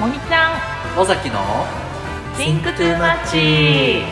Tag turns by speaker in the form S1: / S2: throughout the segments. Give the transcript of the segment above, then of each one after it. S1: もみちゃん
S2: 尾崎の
S1: Think Too Much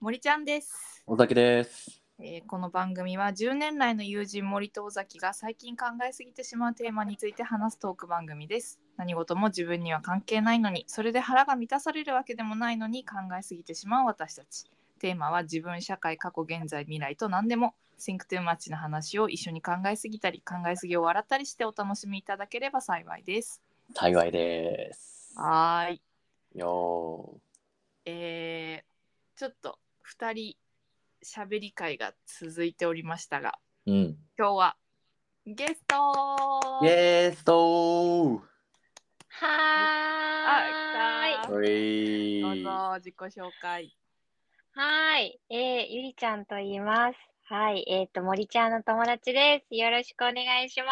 S1: 森ちゃんです、
S2: 尾崎です
S1: えーこの番組は10年来の友人森と尾崎が最近考えすぎてしまうテーマについて話すトーク番組です何事も自分には関係ないのにそれで腹が満たされるわけでもないのに考えすぎてしまう私たちテーマは自分社会過去現在未来と何でも Think Too Much の話を一緒に考えすぎたり考えすぎを笑ったりしてお楽しみいただければ幸いです
S2: 幸いです
S1: はーい
S2: よ
S1: えーちょっと2人喋り会が続いておりましたが
S2: ーうん
S1: 今日はゲスト
S2: イエースと
S3: は
S1: あ来
S3: ー
S1: た
S3: い。
S2: ーい
S1: どうぞ自己紹介
S3: はい。えー、ゆりちゃんと言います。はい。えっ、と、森ちゃんの友達です。よろしくお願いしま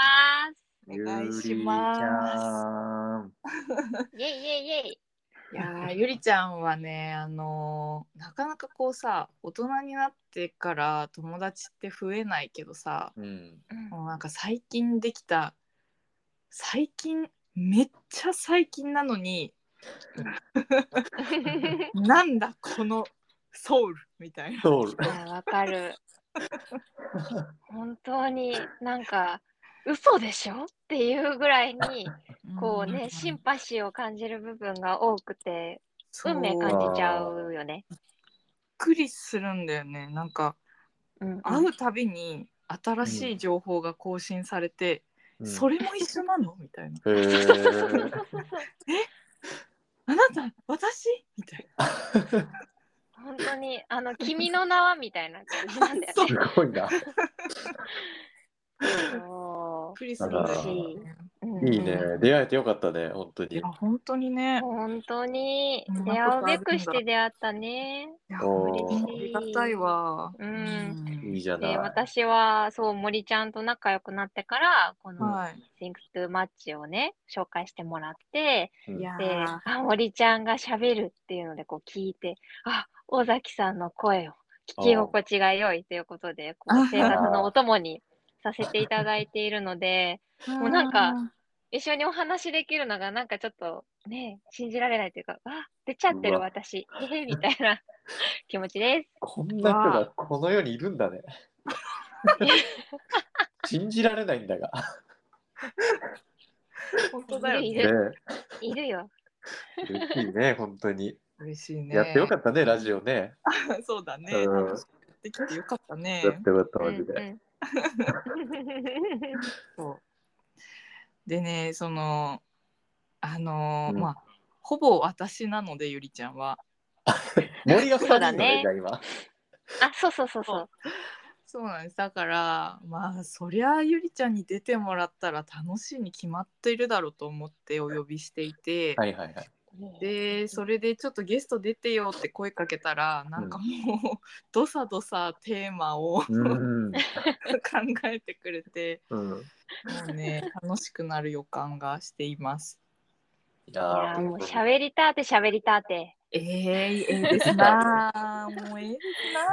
S1: お願いします
S3: す。イェイイェイイェイ。
S1: すいや ーゆりちゃんはねあのーなかなかこうさ大人になってから友達って増えないけどさ
S2: うん
S1: もうなんか最近できた最近めっちゃ最近なのに なんだこのソウルみたいな
S2: そう
S3: いや、わかる。本当になんか、嘘でしょっていうぐらいに、こうね、シンパシーを感じる部分が多くて、運命感じちゃうよね。
S1: びっくりするんだよねなんか
S3: うん、
S1: 会うたびに新しい情報が更新されて、それも一緒なのみたいな
S2: うんへー
S1: 「あなた私?」みたい
S3: 本当に、あ の、君の名はみたいな感じ
S1: な
S3: なんだよ
S1: そう
S2: す
S1: びっ
S2: ごいな
S3: そ
S1: くりするんだよね。
S3: ううん
S2: いいね出会えてよかったね本当
S1: い
S2: に
S1: や本当にね
S3: 本当に
S1: そん
S3: 出
S1: なことある
S3: 会うん
S1: だ
S3: べくして出会ったね。
S1: いや
S2: お
S1: あ
S2: ー
S1: りがたいわ。
S3: うん
S2: いいじゃ
S3: で
S2: ない
S3: 私はそう森ちゃんと仲良くなってからこの
S1: はい。
S3: 「Think to Match」をね紹介してもらって
S2: うん
S1: いや
S3: で
S1: ー
S3: あ森ちゃんがしゃべるっていうのでこう聞いてあ尾崎さんの声を聞き心地が良いということでこ
S1: あ
S3: う生活のお供にさせていただいているのでもうなんか一緒にお話できるのがなんかちょっとね信じられないというかあ出ちゃって
S2: う
S3: る
S2: わ
S3: 私えへみたい な気持ちです。
S2: こんな人がこの世にいるん だね信じられないんだが
S1: 本当だよ
S3: い
S1: ね。
S3: る
S2: ね
S3: いるよ。
S2: 嬉しいね、本当に。
S1: 嬉しいね。
S2: やってよか
S1: っ
S2: ったね、ラジオね。
S1: た。 そうだね。
S2: うん
S1: 楽しくできてよかったね
S2: や。ってよかった、
S3: う
S2: マ
S3: ん
S2: ジで。
S3: うん
S1: そうでねそのあのー
S2: うん
S1: まあほぼ私なのでゆりちゃんは。
S2: 森が2人
S3: そう
S2: だ
S3: だ
S2: ね
S3: ね、
S2: じゃあ今。
S3: あ、そうそうそうそう。
S1: そうなんですだからまあそりゃあゆりちゃんに出てもらったら楽しいに決まっているだろうと思ってお呼びしていて、
S2: はいはいはい。
S1: でそれでちょっとゲスト出てよって声かけたらなんかもう、どさどさテーマ を考
S2: うん。
S1: えてくれて
S2: うん、
S1: もうね楽しくなる予感がしています。
S2: い
S3: い
S2: や
S3: や
S2: ー、
S3: もう喋りたて喋りたて。
S1: えー、ええ ですなあ。もうええですな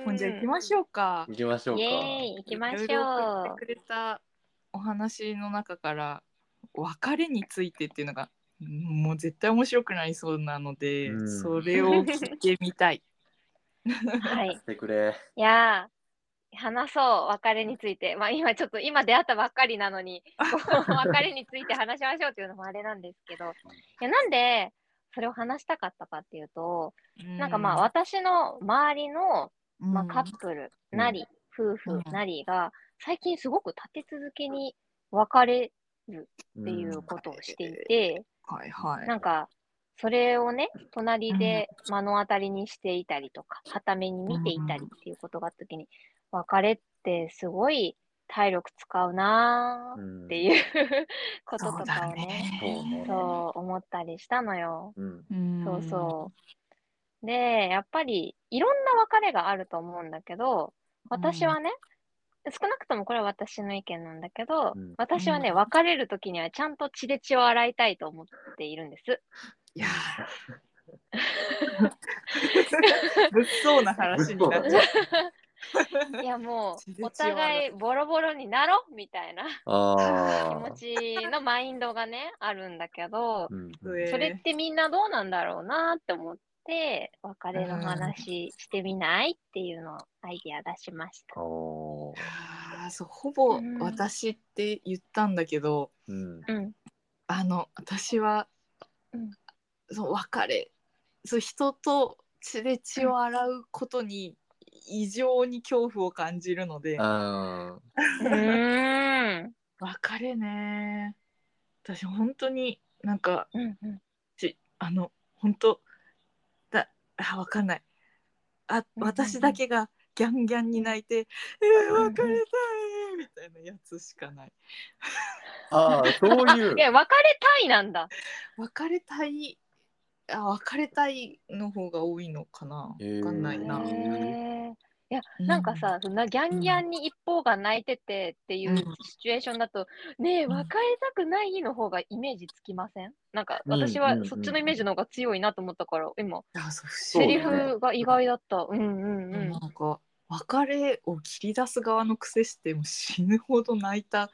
S1: あ。ほんじゃ行きましょうか。
S2: 行きましょう
S3: イ
S2: か。
S3: エーイ、行きましょ
S1: いろいろ送って
S3: う。
S1: くれたお話の中から別れについてっていうのがもう絶対面白くなりそうなので、
S2: うん
S1: それを聞いてみたい。
S3: はい。
S2: してくれ。
S3: いやー話そう、別れについて。まあ今ちょっと今出会ったばっかりなのに、こう 別れについて話しましょうっていうのもあれなんですけど、いやなんでそれを話したかったかっていうと、 なんかまあ私の周りの、
S1: うん、
S3: まあ、カップルなり、夫婦なりが最近すごく立て続けに別れ
S2: っ
S3: っていうことをしていて、
S1: はいはい。
S3: なんか、それをね、隣で目の当たりにしていたりとか、はために見ていたりっていうことがあった時に、別れってすごい体力使うなー
S2: ん
S3: っていう こと
S1: そ
S3: と
S1: う
S3: か
S1: だ
S3: をね、
S2: そう
S1: ね。
S2: ね。
S3: そう思ったりしたのよ。
S2: うん。
S1: うん
S3: そうそう。で、やっぱりいろんな別れがあると思うんだけど、私はね、少なくともこれは私の意見なんだけど、
S2: うん
S3: 私はね、
S1: うん
S3: 別れるときにはちゃんと血で血を洗いたいと思っているんです。
S1: いや ー。物騒な話になっちゃう。
S3: いやも
S1: 全
S3: う
S1: 然
S3: お互いボロボロになろうみたいな気
S2: あ
S3: 持
S2: あ。
S3: ちのマインドがねあるんだけど
S2: うん
S1: 上
S3: それってみんなどうなんだろうなって思って別れの話してみないっていうのをアイディア出しました。
S2: おー
S1: あーそうほぼ
S3: うん
S1: 私って言ったんだけど、
S2: うん。
S3: うん
S1: あの私は、
S3: うん
S1: そう別れそう人と血で血を洗うことに異常に恐怖を感じるので、
S2: あ
S3: うーん
S1: 別れね私本当になんか
S3: うんうん
S1: ちあの本当だあわかんないあ
S3: うんうん
S1: 私だけがギャンギャンに泣いて「えー
S3: うんうん
S1: 別れたい!」みたいなやつしかない
S2: ーあー、そういう
S3: い。や別れたいなんだ。
S1: 別れたいあ別れたいの方が多いのかな
S2: へー
S1: わかんないな
S2: うん
S3: へーなんかさ、そんなギャンギャンに一方が泣いててっていう
S1: うん
S3: シチュエーションだと、ねえ、
S1: うん
S3: 別れたくないの方がイメージつきませんなんか
S2: うん
S3: 私
S2: うんう
S3: は
S2: ん
S3: そっちのイメージの方が強いなと思ったから、今、
S1: うんあそう不
S2: う
S1: 思
S3: セ
S1: 議
S3: リ
S2: そうだね
S3: フが意外だった。うんうんうん。
S1: なんか別れを切り出す側の癖してもう死ぬほど泣いた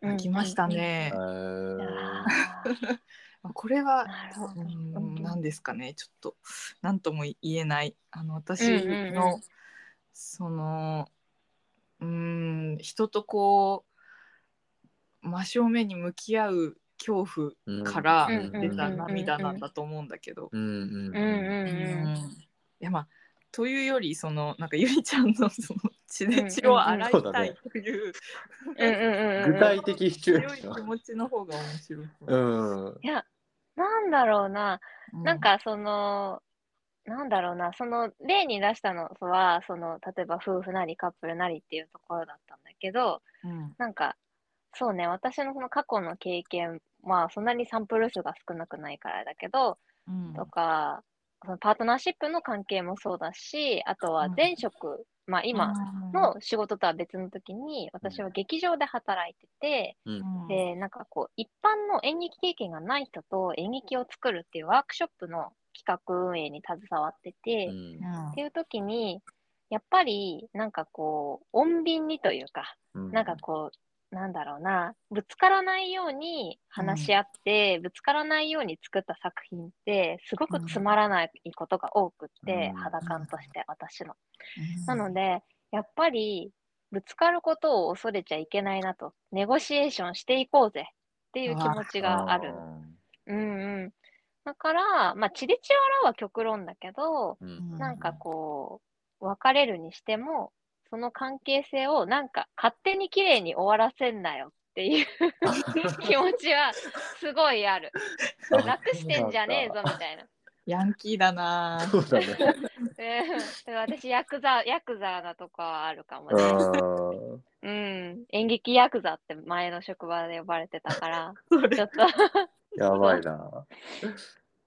S3: うんうんうん
S1: 泣きましたね、
S2: えー
S3: あー
S1: まあこれは
S3: なるほど
S1: うん
S3: うん
S1: 何ですかねちょっと何とも言えないあの私
S3: うん
S1: の、
S3: うんうん
S1: そのうん人とこう真正面に向き合う恐怖から
S2: うん
S1: 出た
S3: うんうんうんうん
S1: 涙なんだと思うんだけど。
S2: うんうん
S3: うんう
S1: う
S3: ん
S1: ん
S3: う
S1: いやまあというよりそのなんかゆりちゃんのその血で血を洗いたいという
S3: うんうんうんうん
S2: 具体的シチュエ
S1: 強
S2: ー
S1: い
S2: シ
S1: 気
S2: ョン。
S1: 持ちの方が面白い。
S2: うん。
S3: いや、なんだろうな。
S1: うん
S3: なんかその、なんだろうな、その例に出したのは、その例えば夫婦なりカップルなりっていうところだったんだけど、
S1: うん
S3: なんか、そうね、私のその過去の経験、まあそんなにサンプル数が少なくないからだけど、
S1: うん
S3: とか、そのパートナーシップの関係もそうだし、あとは
S1: うん
S3: 前職、まあ今
S1: うん
S3: の仕事とは別の時に、私は劇場で働いてて、
S1: うん
S3: で、なんかこう、一般の演劇経験がない人と演劇を作るっていうワークショップの企画運営に携わってて、
S2: うん
S1: うん
S3: っていう時に、やっぱり、なんかこう、穏便にというか、なんかこう、なんだろうな、ぶつからないように話し合って、ぶつからないように作った作品って、すごくつまらないことが多くって、
S2: うん
S3: 肌感として私
S1: う
S3: の。
S1: ん
S3: なので、やっぱり、ぶつかることを恐れちゃいけないなと、ネゴシエーションしていこうぜっていう気持ちがある。うんうん。だから、まあ、チリチワラは極論だけど、
S2: うん。
S1: うん
S3: なんかこう、別れるにしても、その関係性をなんか勝手に綺麗に終わらせんなよっ ていう気持ちはすごいある。楽してんじゃねえぞみたいな。
S1: ヤンキーだなぁ。
S2: そうだね。
S3: うん、私ヤクザ、ヤクザなとこはあるかも
S2: うん
S3: ね。うん、演劇ヤクザって前の職場で呼ばれてたから、
S1: それ
S3: ちょっと。
S2: やばいな。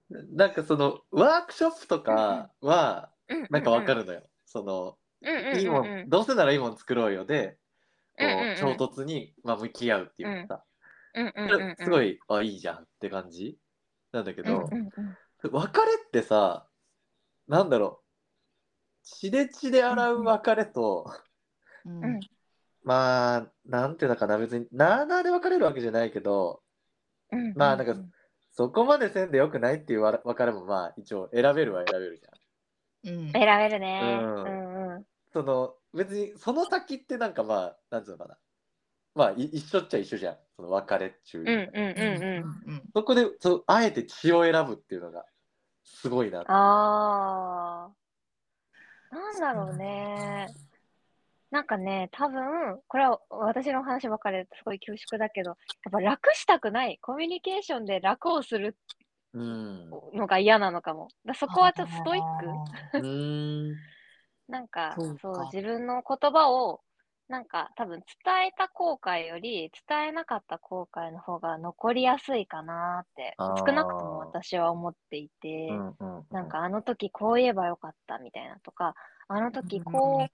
S2: なんかそのワークショップとかはなんかわか
S3: る。
S2: るのよ。その
S3: うんうんうん、
S2: いいもんどうせならいいもん作ろうよでこ
S3: うんうんうん
S2: う衝突にまあ向き合うっていうか
S3: うんうんうんうん、
S2: さすごいあいいじゃんって感じなんだけ
S3: うんうん
S2: ど
S3: うん。
S2: 別れってさなんだろう血で血で洗う別れと
S1: うん
S2: まあなんていうのかな別になあなあで別れるわけじゃないけど
S3: うん
S2: まあなんかそこまでせんでよくないっていうわ別れもまあ一応選べるは選べるじゃん。
S1: うん
S3: 選べるね。
S2: うん
S3: うんうん
S2: その別にその先ってなんかまあなんつうのかなまあい一緒っちゃ一緒じゃんその別れ中、
S3: うんうんうんうん。
S1: うん
S2: そこでそうあえて血を選ぶっていうのがすごいな
S3: ああ。なんだろうね。なんかね、多分、これは私の話ばかりですごい恐縮だけど、やっぱ楽したくない。コミュニケーションで楽をする
S2: うんう
S3: のが嫌なのかも。だそこはちょっとストイック。
S2: ーん
S3: なんか、
S1: そうか
S3: そう、自分の言葉を、なんか多分伝えた後悔より伝えなかった後悔の方が残りやすいかなって、
S2: あー
S3: 少なくとも私は思っていて。
S2: うんうん
S3: なんかあの時こう言えばよかったみたいなとか、あの時こ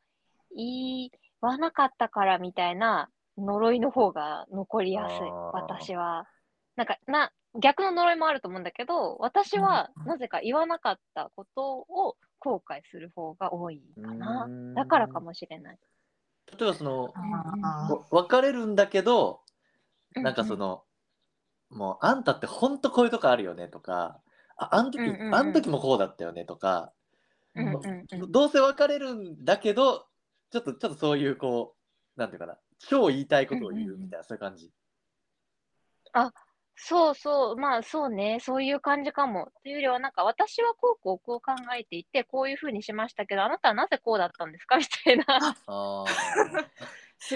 S3: う言わなかったからみたいな呪いの方が残りやすい
S2: あー、
S3: 私は。なんかな逆の呪いもあると思うんだけど、私はなぜか言わなかったことを後悔する方が多いかな
S2: うー。ん
S3: だからかもしれない。
S2: 例えばその
S1: あー
S2: わ別れるんだけどなんかそ
S3: の、
S2: の、もうあんたってほんとこういうとこあるよねとかああん時、
S3: うんうんうん
S2: あん時もこうだったよねとか、
S3: うんうんうん
S2: どうせ別れるんだけどちょっとちょっとそういうこうなんていうかな超言いたいことを言うみたいな、そういう感じ。
S3: そうそう、まあそうね、そういう感じかも。というよりは、なんか私はこうこうこう考えていて、こういうふうにしましたけど、あなたはなぜこうだったんですかみ たいな、
S2: あ
S1: す
S3: も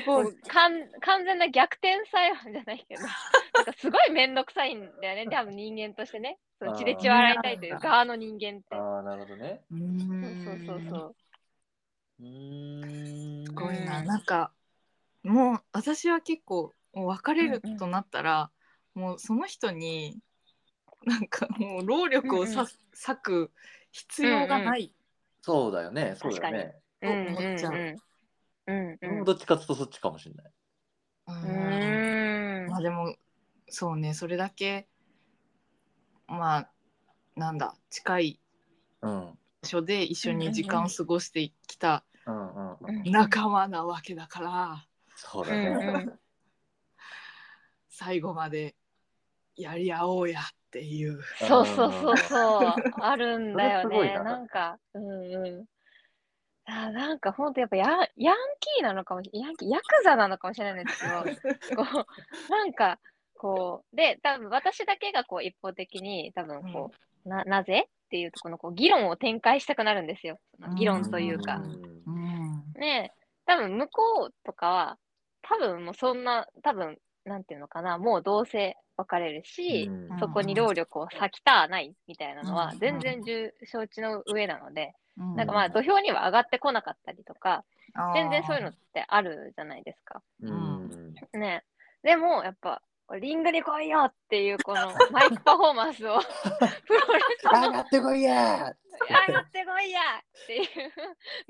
S1: ごい。
S3: うかん完全な逆転裁判じゃない けど、なんかすごい面倒くさいんだよね、多分人間としてね。そ
S2: あ
S3: う
S2: ー
S3: 血で血を洗いたいとい
S1: そうな
S3: う
S1: んだ
S3: 側の人間って
S2: ー。あーなるほどね。
S1: う
S3: そうそうそうそ
S1: ん
S3: う。
S2: うーん
S1: すごいな、
S3: うん
S1: なんかもう私は結構もう別れるとなったら、もうその人になんかもう労力をさ、
S3: うん
S1: 割く必要がない、
S2: そうだよねそうだよね。
S3: うんうん
S1: そう思っちゃう
S3: うん。うんうん
S2: どっちかっていうとそっちかもしれない。
S3: う
S1: うん
S3: ーん
S1: まあでもそうねそれだけまあなんだ近い
S2: うん
S1: 場所で一緒に時間を過ごしてきた
S2: うんうんうん、
S3: うん
S1: 仲間なわけだから
S2: そうだ
S3: うん
S2: ね。
S3: うん
S1: 最後までやり合おうやっていう
S3: そうそうそうそう、あるんだよ
S2: それすごい
S3: ね。
S2: な
S3: なんか、うんうん。あなんか本当やっぱヤヤンキーなのかもしヤンキー、ヤクザなのかもしれないんですけど、こ う、なんか、こう、で、多分私だけがこう一方的に、多分こう、な、なぜっていうとこのこう議論を展開したくなるんですよ。その議論というか。
S2: ん
S1: うん
S3: ねえ、多分向こうとかは、多分もうそんな、多分なんていうのかな、もうどうせ別れるし、
S2: うん
S3: そこに労力を割きたはないみたいなのは
S1: うん
S3: 全然重承知の上なので、
S1: うん
S3: なんかまあ土俵には上がってこなかったりとか、全然そういうの
S1: あ
S3: ってあるじゃないですか。
S2: うん
S3: ねえでもやっぱリングに来いよっていうこ のマイクパフォーマンスをプロレスの
S2: 上がってこいや
S3: 上がってこいやっていう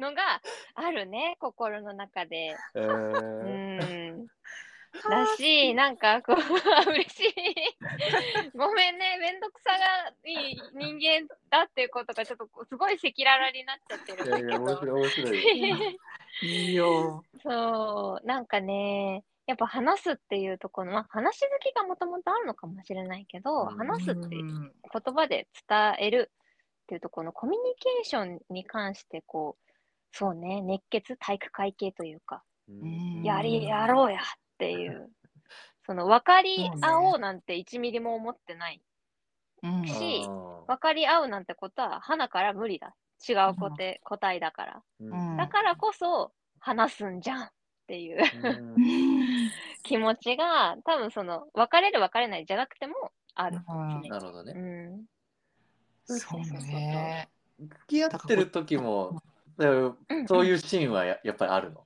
S3: のがあるね心の中で。
S2: ー
S3: う
S2: うん
S3: ん
S1: ー
S3: だし、なんかこう、 嬉しい。ごめんね、めんどくさがいい人間だっていうことが、ちょっとこうすごい赤裸々になっちゃってる
S2: い
S3: ん
S2: やいや
S3: だけ
S2: 面
S3: ど。
S2: 白い面白い。
S1: いいよ
S3: そう、なんかね、やっぱ話すっていうところの、まあ、話好きがもともとあるのかもしれないけど、
S2: うん
S3: 話すって
S1: うん
S3: 言葉で伝えるっていうところのコミュニケーションに関して、こう、そうね、熱血体育会系というか、
S1: ん
S3: やりやろうやっていう、 その分かり
S1: そうね
S3: 合おうなんて1ミリも思ってない、
S1: うん
S3: し
S2: う
S3: 分かり合うなんてことは、花から無理だ、違う個体,、個体だから、
S2: ん
S1: うん
S3: だからこそ話すんじゃんっていう
S2: うん
S3: 気持ちが、多分その別れる、別れないじゃなくてもある、
S1: うん
S2: なるほどね。
S3: うん、
S1: そうね
S2: 付き合ってる時も
S3: うん
S2: そういうシーンはややっぱりあるの。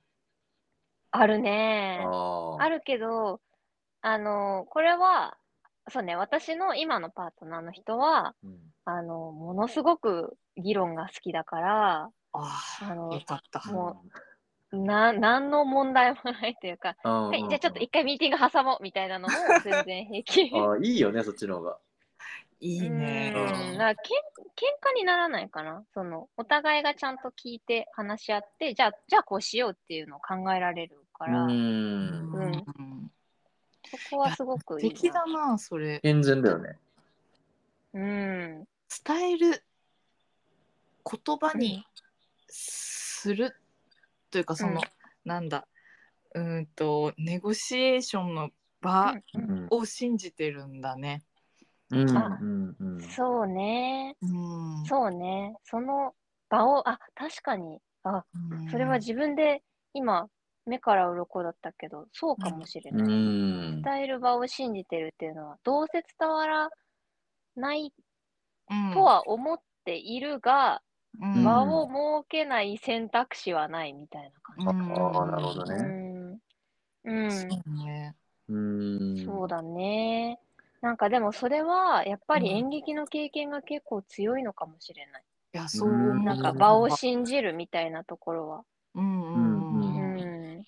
S3: あるね。
S2: あ
S3: あ
S2: る。
S3: るけど、あのこれは、そうね、私の今のパートナーの人は、
S2: うん
S3: あのものすごく議論が好きだから、
S1: あ
S3: あ
S1: あ
S3: の
S1: よかった
S3: もな何の問題もないというか、
S2: うん
S3: はい、じゃあちょっと一回ミーティング挟もうみたいなのも全然平気。
S2: あーいいよねそっちの方が。
S1: いいね
S3: うんだからけん喧嘩にならないかなその。お互いがちゃんと聞いて話し合って、じゃあ、じゃあこうしようっていうのを考えられるから、
S2: うん
S3: うん
S1: うん
S3: そこはすごくいい
S1: 敵
S3: な。
S1: だなそれ
S2: 健全だよね。
S3: うん。
S1: 伝える言葉にするというかその、なんだうーんとネゴシエーションの場
S2: うん
S1: を信じてるんだね。
S2: うんう
S3: あ
S2: んう
S3: うんん、そうね。
S1: うん
S3: そうね。その場を、あ、確かに。あ、それは自分で今、目から鱗だったけど、そうかもしれない。
S2: うん。
S3: 伝える場を信じてるっていうのはどうせ伝わらない
S1: うん
S3: とは思っているが、
S1: うん
S3: 場を設けない選択肢はないみたいな
S1: う
S3: 感
S1: ん
S2: ああなるほど
S3: じ。
S2: ね
S3: うん、うん
S1: そうね
S2: うん。
S3: そうだね。なんかでもそれはやっぱり
S1: うん
S3: 演劇の経験が結構強いのかもしれない。
S1: いやそう思う
S2: うん
S3: なんか場を信じるみたいなところは。
S1: うんうんう
S3: うんん。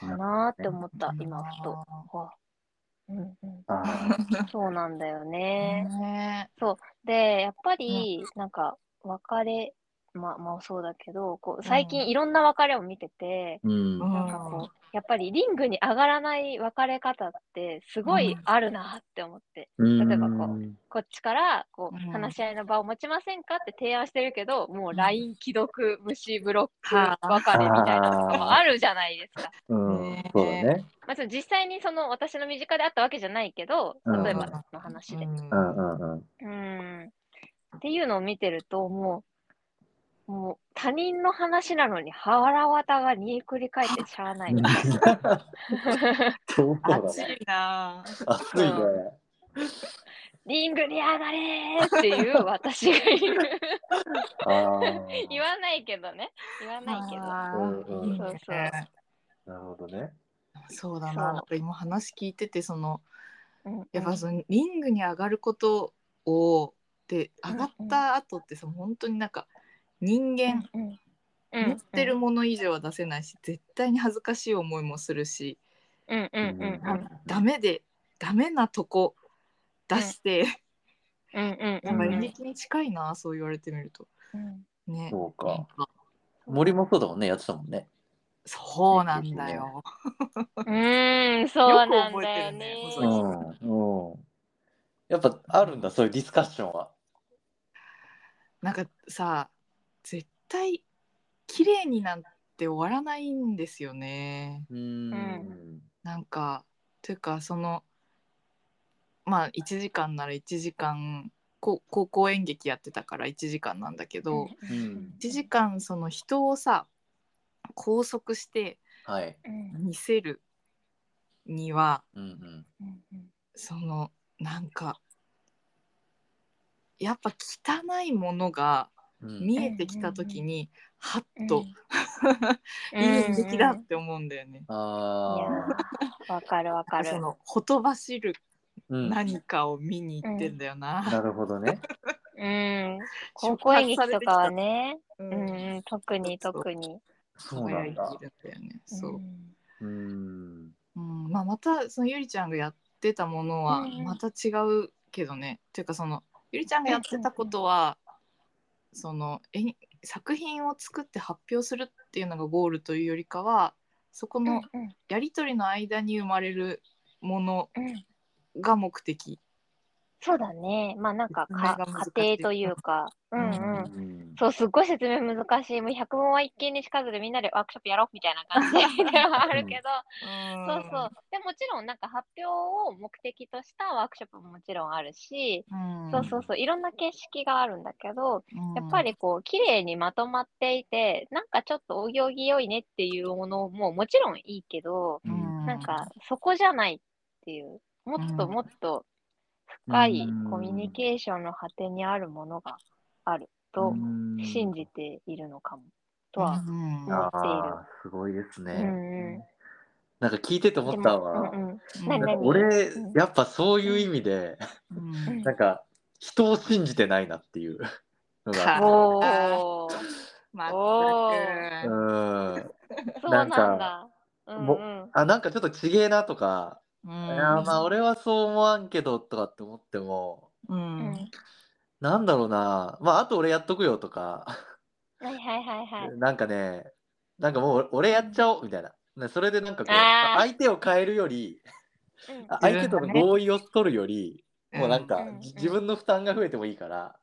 S3: かなーって思った、今ふと。
S1: あ
S3: わうんうん、
S2: あー
S3: そうなんだよね。
S1: ーね
S3: で、やっぱり、なんか、別れ、まあ、まあそうだけど、こう最近いろんな別れを見てて、
S2: うん。
S1: うん
S3: なんかこ う、やっぱりリングに上がらない別れ方ってすごいあるなって思って、
S2: うん
S3: 例えばここっちからこ
S1: うん
S3: う話し合いの場を持ちませんかって提案してるけど、もう LINE 既読、無視、ブロック、
S1: はあ
S3: 別れみたいなのもあるじゃないですか。
S2: うん
S1: ねえ
S2: そうだね。
S3: まあ、その実際にその私の身近であったわけじゃないけど、
S2: うん
S3: 例えばの話で。
S2: うんうんうん。
S3: うんっていうのを見てると、もう、もう他人の話なのに腹渡が煮えくり返ってしゃあない。
S2: そうだ
S1: 暑
S2: ね。
S1: いなぁ。
S2: 暑いね。
S3: リングに上がれーっていう私が いる。
S2: ああ。
S3: 言わないけどね。言わないけど。
S1: あ
S2: うんうん
S1: ーいいね
S3: そうそう
S2: なるほどね。
S1: そうだ
S3: そう
S1: な。なんか今話聞いててその
S3: うんうん
S1: やっぱそのリングに上がることをで上がった後ってさ本当になんか人間
S3: うんうんうん
S1: 持ってるもの以上は出せないし絶対に恥ずかしい思いもするし
S3: うんうんうんうん
S1: ダメでダメなとこ出して
S3: うんうん
S1: なんか
S3: うん
S1: 演劇に近いなそう言われてみると
S3: うん
S1: ね
S2: そう
S1: な
S2: か
S1: ん。か
S2: 森もそうだもんね。やってたもんね。
S1: そうなんだよ
S3: うーん、そうなんだよね
S1: よく覚えてるね。
S2: う
S1: 細木
S2: ん。うん。やっぱあるんだ、そういうディスカッションは。
S1: なんかさ絶対綺麗になんて終わらないんですよね
S2: う
S3: うんん。
S1: なんかというかそのまあ1時間なら1時間こ高校演劇やってたから1時間なんだけど、
S2: うん
S1: 1時間その人をさ拘束して
S2: はい。
S3: うん
S1: 見せるには
S2: うん
S3: うんうん
S1: そのなんかやっぱ汚いものが
S2: うん。うん。
S1: 見えてきた時に、ハ
S3: う
S1: ッ
S3: ん
S1: と、
S3: うん
S1: いい演劇だって思うんだよね。
S3: いや
S2: ああ。
S3: ーわかるわかる
S1: そ。のほとばしる
S2: うん。な
S1: 何かを見に行ってんだよな。
S2: るほど ね。
S3: うん。高校演劇とかはね、
S1: う
S3: うんうん、特に
S1: そうそう
S3: 特に。
S2: そうなんだ。
S1: そうう、
S3: ん
S2: うん。
S1: うんまあ、またそのゆりちゃんがやってたものは
S3: うんうん
S1: また違うけどね、っていうかそのゆりちゃんがやってたことは、そのえ作品を作って発表するっていうのがゴールというよりかはそこの
S3: うんうん
S1: やり取りの間に生まれるもの
S3: うん
S1: が目的
S3: そうだね。まあなんか
S1: 説明
S3: か
S1: が難しい
S3: 家庭というか、う
S1: うん
S3: ん
S2: う
S3: うん。
S2: ん。
S3: そう、すっごい説明難しい。もう100問は一見にしかずでみんなでワークショップやろうみたいな感じで はあるけど、そうそう。でもちろんなんか発表を目的としたワークショップももちろんあるし、
S1: うん
S3: そうそうそう、いろんな形式があるんだけど、
S1: うん
S3: やっぱりこう、綺麗にまとまっていて、なんかちょっとお行儀良いねっていうものももちろんいいけど、
S2: うん
S3: なんかそこじゃないっていう、もっと
S1: うん
S3: もっと深い
S2: うん
S3: コミュニケーションの果てにあるものがあると信じているのかも、とは。
S1: うん
S3: 思っている
S2: あーすごいです
S3: う
S2: ね。
S3: んうん。
S2: なんか聞いてて
S3: で
S2: 思った
S3: も
S2: わ。
S3: うんう
S1: う
S3: ん
S1: ん
S2: なんか
S3: 何々
S2: 俺
S3: うん
S2: やっぱそういう意味で、
S1: うん
S2: なんか人を信じてないなっていうのが。
S3: お
S1: あ
S3: ー
S1: まった
S3: お
S1: く
S3: ー
S2: うん。
S3: そうなん
S2: なん
S3: だ。うん
S2: も
S3: うん
S2: あなんかちょっとちげえなとか、
S1: うん
S2: いやまあ俺はそう思わんけどとかって思っても
S1: う
S3: うん
S1: ん
S2: なんだろうなまああと俺やっとくよとか、
S3: はいはいはいはい。
S2: なんかねなんかもう俺やっちゃおうみたいな、ね、それでなんかこう
S3: あー
S2: 相手を変えるより
S3: うん
S2: あ相手との合意を取るより、もうなんか、
S3: うん
S2: じ自分の負担が増えてもいいから、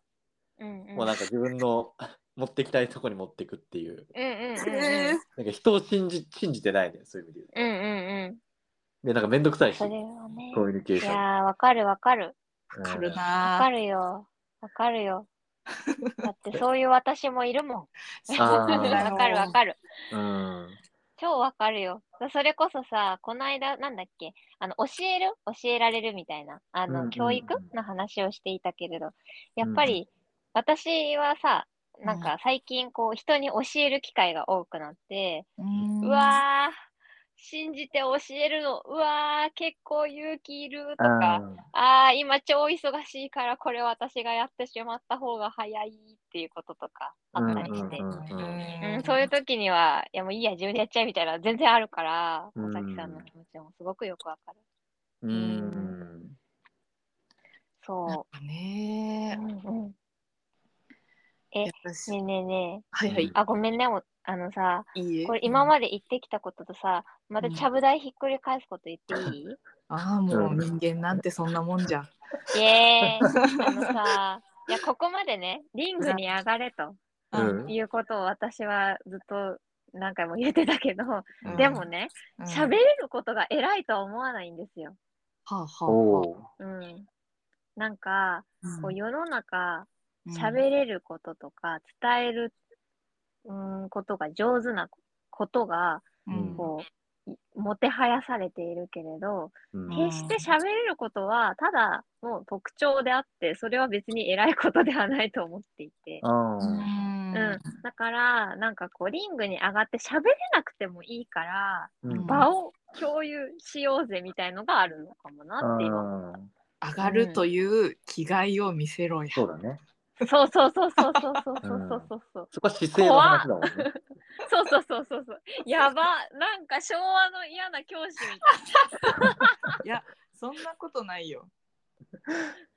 S3: うんうん
S2: もうなんか自分の 持ってきたいとこに持ってくっていう
S3: うんうんうん
S1: えー
S2: なんか人を信じ信じてないねそういう意味で言う
S3: うんうんうん。
S2: とでなんか面倒くさいし
S3: それ
S2: コ
S3: はね。
S2: ミュニケー
S3: い
S2: ション
S3: やー、わかるわかる。
S2: うん
S1: わかる
S3: わ
S1: な
S3: かるよ。わか るよ。だってそういう私もいるもん。
S2: あ
S3: わ
S2: ー
S3: かるわかる。
S2: うん
S3: 超わかるよ。それこそさ、この間、なんだっけ、あの、教える教えられるみたいな、あ
S2: うんうんう
S3: の、
S2: ん
S3: 教育の話をしていたけれど、やっぱり、私はさ、なんか最近こう、人に教える機会が多くなって、
S1: うん
S3: うわー、信じて教えるの、うわー、結構勇気いるとか、
S2: あ
S3: ああ、今超忙しいから、これ私がやってしまった方が早いっていうこととかあったりして
S2: う。ん
S1: う
S3: うんん、そういう時には、いやもういいや、自分でやっちゃえみたいな、全然あるから、
S2: うん
S3: 尾崎さんの気持ちもすごくよくわかる。
S2: ーうん
S1: なん
S3: そ
S1: か
S3: う。う
S1: ね
S3: んうん、え
S1: 私
S3: ねえねえねえ。
S1: はいはい、
S3: あ、ごめんね。おあのさ、
S1: いいえ
S3: これ今まで言ってきたこととさ、またちゃぶ台ひっくり返すこと言って いい、
S1: ああもう人間なんてそんなもんじゃん
S3: イエーイあのさ、いや、ここまでね、リングに上がれと
S2: うん
S3: いうことを私はずっと何回も言ってたけど、でもね、
S1: る、
S3: 喋、れることが偉いとは思わないんですよ。
S1: はあはあ
S2: お
S1: は
S2: ー
S3: うん。なんか、
S1: あうん
S3: こう世の中、
S1: うん
S3: 喋れることとか、伝える、うん、ことが上手なことが、
S1: うん
S3: こう、いもてはやされているけれど、
S2: うん
S1: へ
S3: 決して喋れることは、ただの特徴であって、それは別に偉いことではないと思っていて。
S2: あー
S1: ん
S3: うん、だから、なんかこう、リングに上がって喋れなくてもいいから、
S2: うん
S3: 場を共有しようぜみたいのがあるのかもなって今思っ
S2: あー
S1: 上がるという気概を見せろや、
S2: そうだね。
S3: た。そうそうそうそうそうそうそうそうそう。
S2: そこは姿勢の話だもんね。
S3: そうそうそうそうそう。やば、なんか昭和の嫌な教師みたいな。
S1: いやそんなことないよ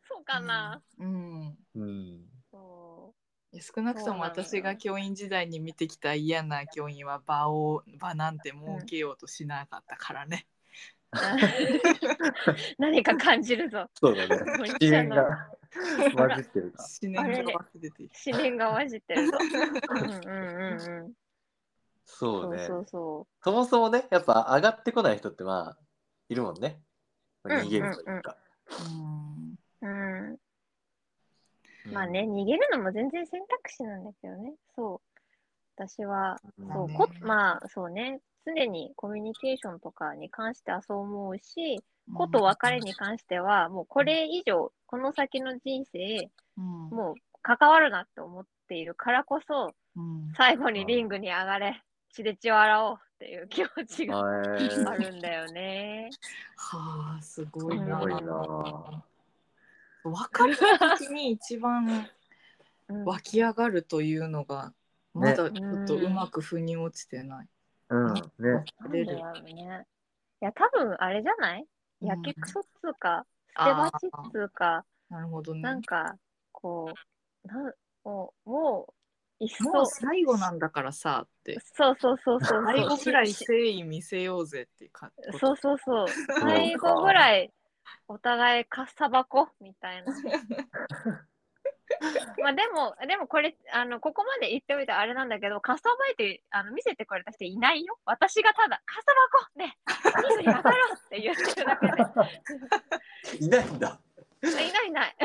S3: そうかな。
S1: うん
S2: うん。
S3: そ
S1: いや少なくとも私が教員時代に見てきた嫌な教員は場を場なんて設けようとしなかったからね。
S3: う何か感じるぞ。
S2: そうだね
S3: こんに。
S2: 自
S3: ちは
S2: 分が混じってるか。
S1: 思念が忘れている。
S3: 思念がわじってる ぞ。うんうんうんうん。
S2: そ
S3: そうう
S2: ね。
S3: そうそ
S2: そもそもね、やっぱ上がってこない人ってまあ、いるもんね。
S3: うん
S2: 逃げるというか。
S1: うん
S3: う。うん。
S2: うん
S3: まあね、、逃げるのも全然選択肢なんだけどね。そう。私は、
S2: うん
S3: そう、
S1: ね
S3: こまあそうね、常にコミュニケーションとかに関してはそう思うし、こと別れに関しては、もうこれ以上、この先の人生、
S1: うん
S3: もう関わるなって思っているからこそ、
S1: うん
S3: 最後にリングに上がれ、血で血を洗おうっていう気持ちが
S2: はい
S3: あるんだよね。
S1: はあすごい
S3: す
S1: な
S3: ごい
S2: な。
S1: 若い時に一番
S3: うん
S1: 湧き上がるというのがまだちょっとうまく腑に落ちてない。
S2: うん。ね。
S3: なんでだろうね。いや、多分あれじゃないやけくそっつうか、捨て鉢っつうか、
S1: なるほどね。
S3: なんか、こう、なんもう、もう、いっそ、
S1: もう最後なんだからさって。
S3: そうそうそうそう、
S1: 最後ぐらい
S3: し
S1: 誠意見せようぜっていうか。
S3: そうそうそう、 最後ぐらい、お互いかっさばこみた いな。まあでも、でもこれ、あの、ここまで言っておいてあれなんだけど、かっさばいて、あの、見せてくれた人いないよ。私がただ、かっさ ばこね、リングに上がろうって言ってるだけで。
S2: いないんだ。
S3: いないいない。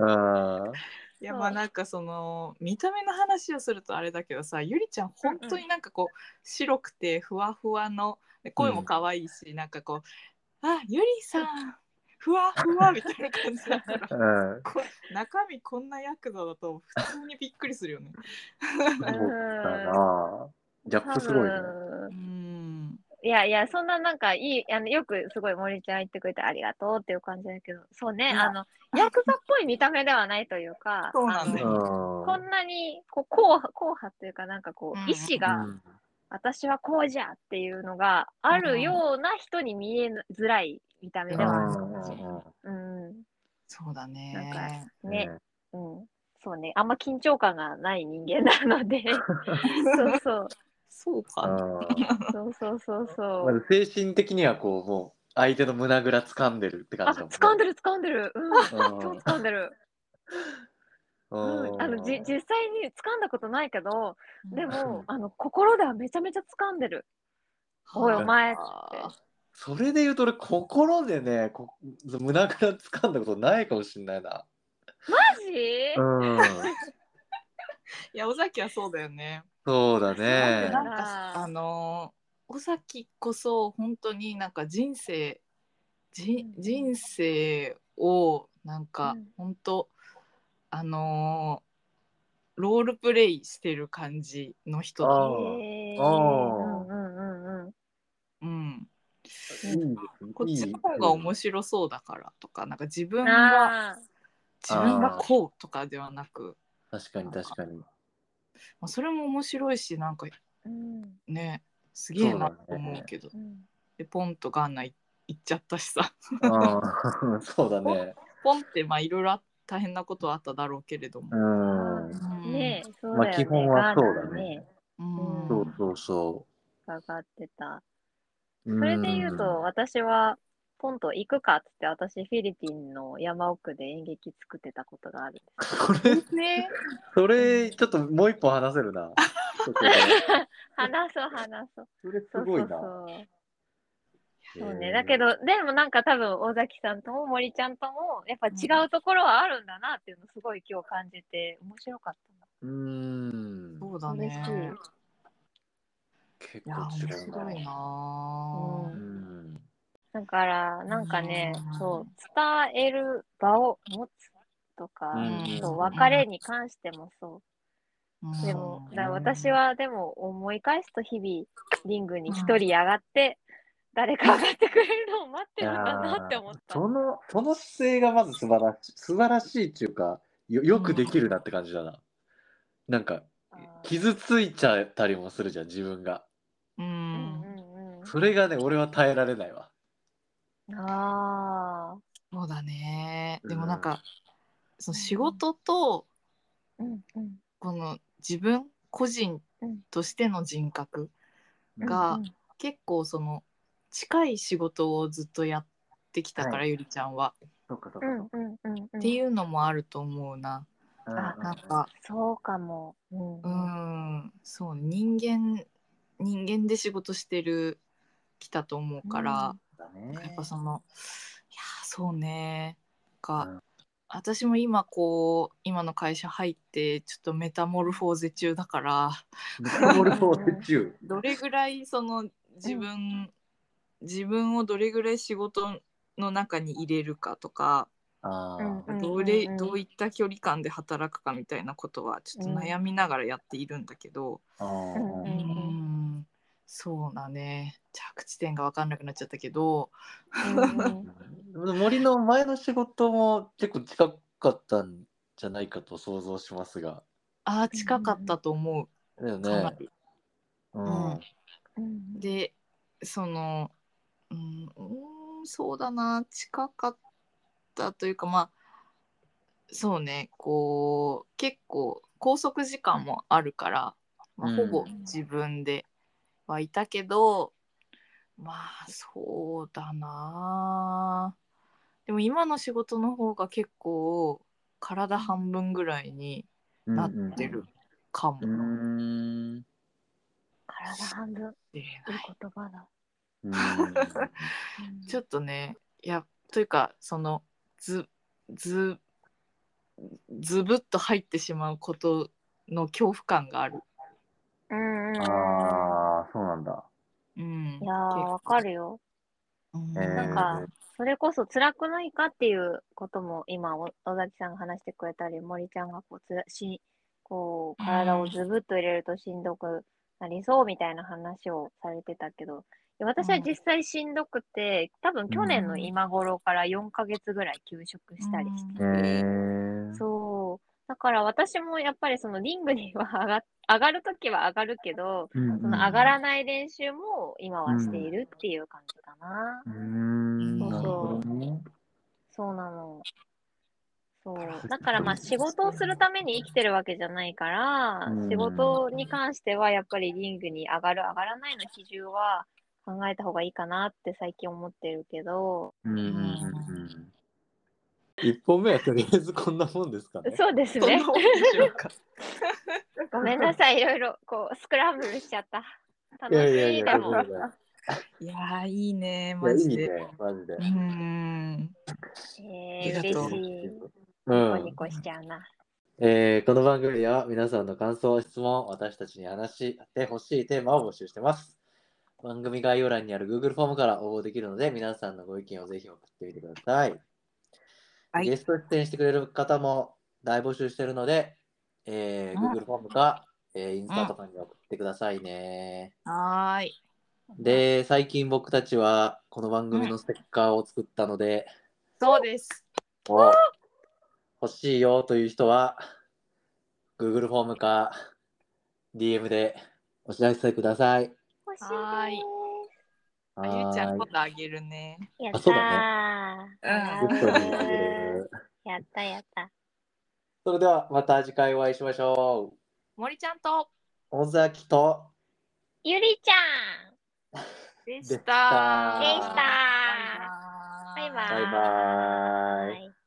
S2: あ
S1: いやまあなんかその見た目の話をするとあれだけどさゆりちゃん本当になんかこう、白くてふわふわので声も可愛いし、なんかこう「あゆりさんふわふわ」みたいな感じだから
S2: あ。うん。
S1: こ中身こんなヤクザだと普通にびっくりするよね。
S2: そうだな。ギャップすごいね。
S3: 多
S1: う
S3: 分
S1: ん
S3: いやいや、そんななんかいい、あのよくすごい森ちゃん言ってくれてありがとうっていう感じだけど、そうね、
S1: うん
S3: あの、ヤクザっぽい見た目ではないという か、
S1: そうなんだ
S3: あ
S1: よ
S3: の
S2: うん。
S3: こんなにこう硬派硬派というか、なんかこ
S1: うん
S3: う、意志が、
S2: うん
S3: 私はこうじゃっていうのがあるような人に見えづらい見た目ではあるかもしれない。うん
S1: そうだね。
S3: なん
S2: うん
S3: ね、うん、そうね、あんま緊張感がない人間な ので、そうそう、
S1: そう
S2: う
S1: かな。
S2: ん
S3: そうそうそうそう。
S2: まず精神的にはこうもう相手の胸ぐら掴んでるって
S3: あ、
S2: 感じだもん、ね。
S3: 掴んでる掴んでる。うん。
S2: うん
S3: 超掴んでる。
S2: う
S3: うん。あのじ実際に掴んだことないけど、で
S2: う
S3: も
S2: ん
S3: あの心ではめちゃめちゃ掴んでる。おいお前っつって。
S2: それで言うと俺心でねこ胸ぐら掴んだことないかもしれないな。
S3: マジ？
S2: うん、
S1: いや尾崎はそうだよね。
S2: そうだ
S3: え
S2: ね
S1: な。んかあのー尾崎こそ本当になんか人生じ
S3: うん
S1: 人生をなんか
S3: うん
S1: 本当、あのーロールプレイしてる感じの人
S2: あ
S1: だ、
S2: ー
S3: へー
S2: あー
S3: うんうんうんうん。
S1: うん、
S2: いい
S1: こっちの方が面白そうだからとかなんか自分が
S3: あー
S1: 自分がこうとかではなく、
S2: 確かに確か に。
S1: まあ、それも面白いしなんか
S3: うん
S1: ねすげえなと
S2: そうだね
S1: 思うけど
S3: うん
S1: でポンとガンナい行っちゃったしさ。
S2: うんそうだね。
S1: ポンってまあいろいろ大変なことはあっただろうけれども、
S2: うん。
S1: うんうん
S3: ねえ、そう
S2: まあ
S3: だよ
S2: 基
S3: ね。
S2: 本はそうだね
S3: ガーナね。
S1: うん
S2: そうそうそ
S3: 伺ってた。
S2: う。
S3: そ
S2: そ
S3: れで言うと、私はポンと行くかっつって、私フィリピンの山奥で演劇作ってたことがあるんです。
S2: それ、
S1: ね、
S2: それ、ちょっともう一本話せる な。そこで
S3: 話そう話そう。
S2: それす
S3: そう
S2: ご
S3: そ
S2: いうな。
S3: そう。そうね、だけど、でもなんか多分、尾崎さんとも森ちゃんとも、やっぱ違うところはあるんだなっていうのすごい今日感じて、面白かっ
S2: うーん。
S1: そう
S3: た
S1: だ
S3: な。
S1: ね。
S3: 嬉し
S2: 結
S1: いや、面
S2: 構違う
S1: 白い
S2: な。
S1: な
S3: う
S2: う。ん。
S3: だから、なんかね
S1: う、ん
S3: そう、伝える場を持つとか、
S2: うん
S3: そう別れに関してもそうう。
S1: ん
S3: でも、だから私、はでも思い返すと日々、リングに一人上がって、誰か上がってくれるのを待ってるんだなって思った。
S2: その、その姿勢がまず素晴らしい、素晴らしいっていうか、よよくできるなって感じだな。なんか、傷ついちゃったりもするじゃん、自分が。
S1: う
S3: うん
S1: ん、
S3: うん
S2: それがね、俺は耐えられないわ。
S3: うん。ああ。
S1: そうだね。
S2: うん
S1: でもなんか、その仕事と
S3: うんうん。
S1: この自分個人としての人格が
S3: うんうん
S1: 結構その近い仕事をずっとやってきたから、
S2: は
S1: ゆりちゃんは、
S2: そっかそっ
S3: うんうんうんうん
S1: っていうのもあると思うな。
S3: あ
S1: なんか、
S3: そうかも。うん
S1: う。ん、そう人間人間で仕事してるきたと思うから、
S2: だね
S1: やっぱそのいやーそうねが、
S2: うん
S1: 私も今こう今の会社入ってちょっとメタモルフォーゼ中だから
S2: メタボルフォーテ中。
S1: どれぐらいその自分、自分をどれぐらい仕事の中に入れるかとか、
S2: ああ、
S3: うんうん
S1: どれどういった距離感で働くかみたいなことはちょっと悩みながらやっているんだけど、
S2: あ
S3: うん
S1: う
S2: ー
S1: ん、そうだね着地点が分かんなくなっちゃったけど
S3: うん
S2: 森の前の仕事も結構近かったんじゃないかと想像しますが。
S1: ああ近かったと思う、
S2: だよ
S1: かな
S2: ね。
S1: り。
S2: うんん。
S3: うん
S1: でそのうんうーんそうだな近かったというかまあそうねこう結構拘束時間もあるから、まあ、
S2: うん
S1: ほぼ自分ではいたけど、まあそうだなでも今の仕事の方が結構体半分ぐらいになってるかも
S2: う
S1: しれない
S2: ん。う
S3: 体半分。いい言葉だ。
S2: ーん。
S1: ちょ
S3: っ
S1: っとねいやというかそのずずずぶっと入ってしまうことの恐怖感がある。
S3: と。うんうんうん。
S2: ああ、そうなんだ。
S1: うん、
S3: いやー、わかるよ。
S1: うん
S2: えー
S3: なんか、それこそ辛くないかっていうことも、今、お尾崎さんが話してくれたり、森ちゃんがこうつらし、こう、体をズブッと入れるとしんどくなりそうみたいな話をされてたけど、いや私は実際しんどくて、多分去年の今頃から4ヶ月ぐらい休職したりして
S2: へえ。
S3: そう。だから私もやっぱりそのリングには上が上がるときは上がるけど、
S2: うんうん
S3: その上がらない練習も今はしているっていう感じかな。
S2: うーん。
S1: そう
S2: なる
S3: そう
S2: ほどね。
S3: そうなの。そう。
S2: ら
S3: だからまあ仕事をするために生きてるわけじゃないから、
S2: うん
S3: 仕事に関してはやっぱりリングに上がる上がらないの比重は考えた方がいいかなって最近思ってる けど、
S2: うんうんうんうん。一本目はとりあえずこんなもんですかね。
S3: そうです
S1: そん
S3: ね
S1: な。もんでしょうか
S3: ごめんなさい、いろいろこうスクランブルしちゃった。楽
S2: いや
S3: し
S2: いやい
S3: い
S2: や、
S3: でも。
S2: いや
S1: いやーいいね
S2: いや
S1: マ
S2: い
S1: ジ
S2: い
S1: で。
S2: ね、マジで
S1: う。ん
S3: え
S1: あ
S3: ー、
S1: りがと
S3: 嬉
S1: う
S3: しい。ニ
S2: う
S3: コ
S2: ん
S3: ニ。コしちゃうな。
S2: えーこの番組では皆さんの感想、質問、私たちに話してほしいテーマを募集してます。番組概要欄にある Google フォームから応募できるので、皆さんのご意見をぜひ送ってみてください。
S1: はい
S2: ゲスト出演してくれる方も大募集してるので、えー
S1: うん
S2: Google フォームか、えーインスタとかに送ってくださいね。
S1: はーい
S2: で、最近僕たちはこの番組のステッカーを作ったので、
S1: そうです。
S2: を欲しいよという人は Google フォームか DM でお知らせください。
S3: 欲しい
S1: はーい
S3: で
S1: あゆちゃん今
S2: は
S1: 度あげるね。
S3: す。やった
S2: そう
S3: ー。
S1: だ
S2: ーい
S1: ね
S2: ギフトに入れる
S3: やったやった。
S2: それではまた次回お会いしましょう。
S1: 森ちゃんと
S2: 尾崎と
S3: ゆりちゃん
S1: で
S2: した
S1: した。
S3: でした
S1: バ
S3: バイ
S1: イ
S3: バ
S1: バ
S3: ー
S1: イ
S3: イ。
S2: バイバーイ
S3: イ。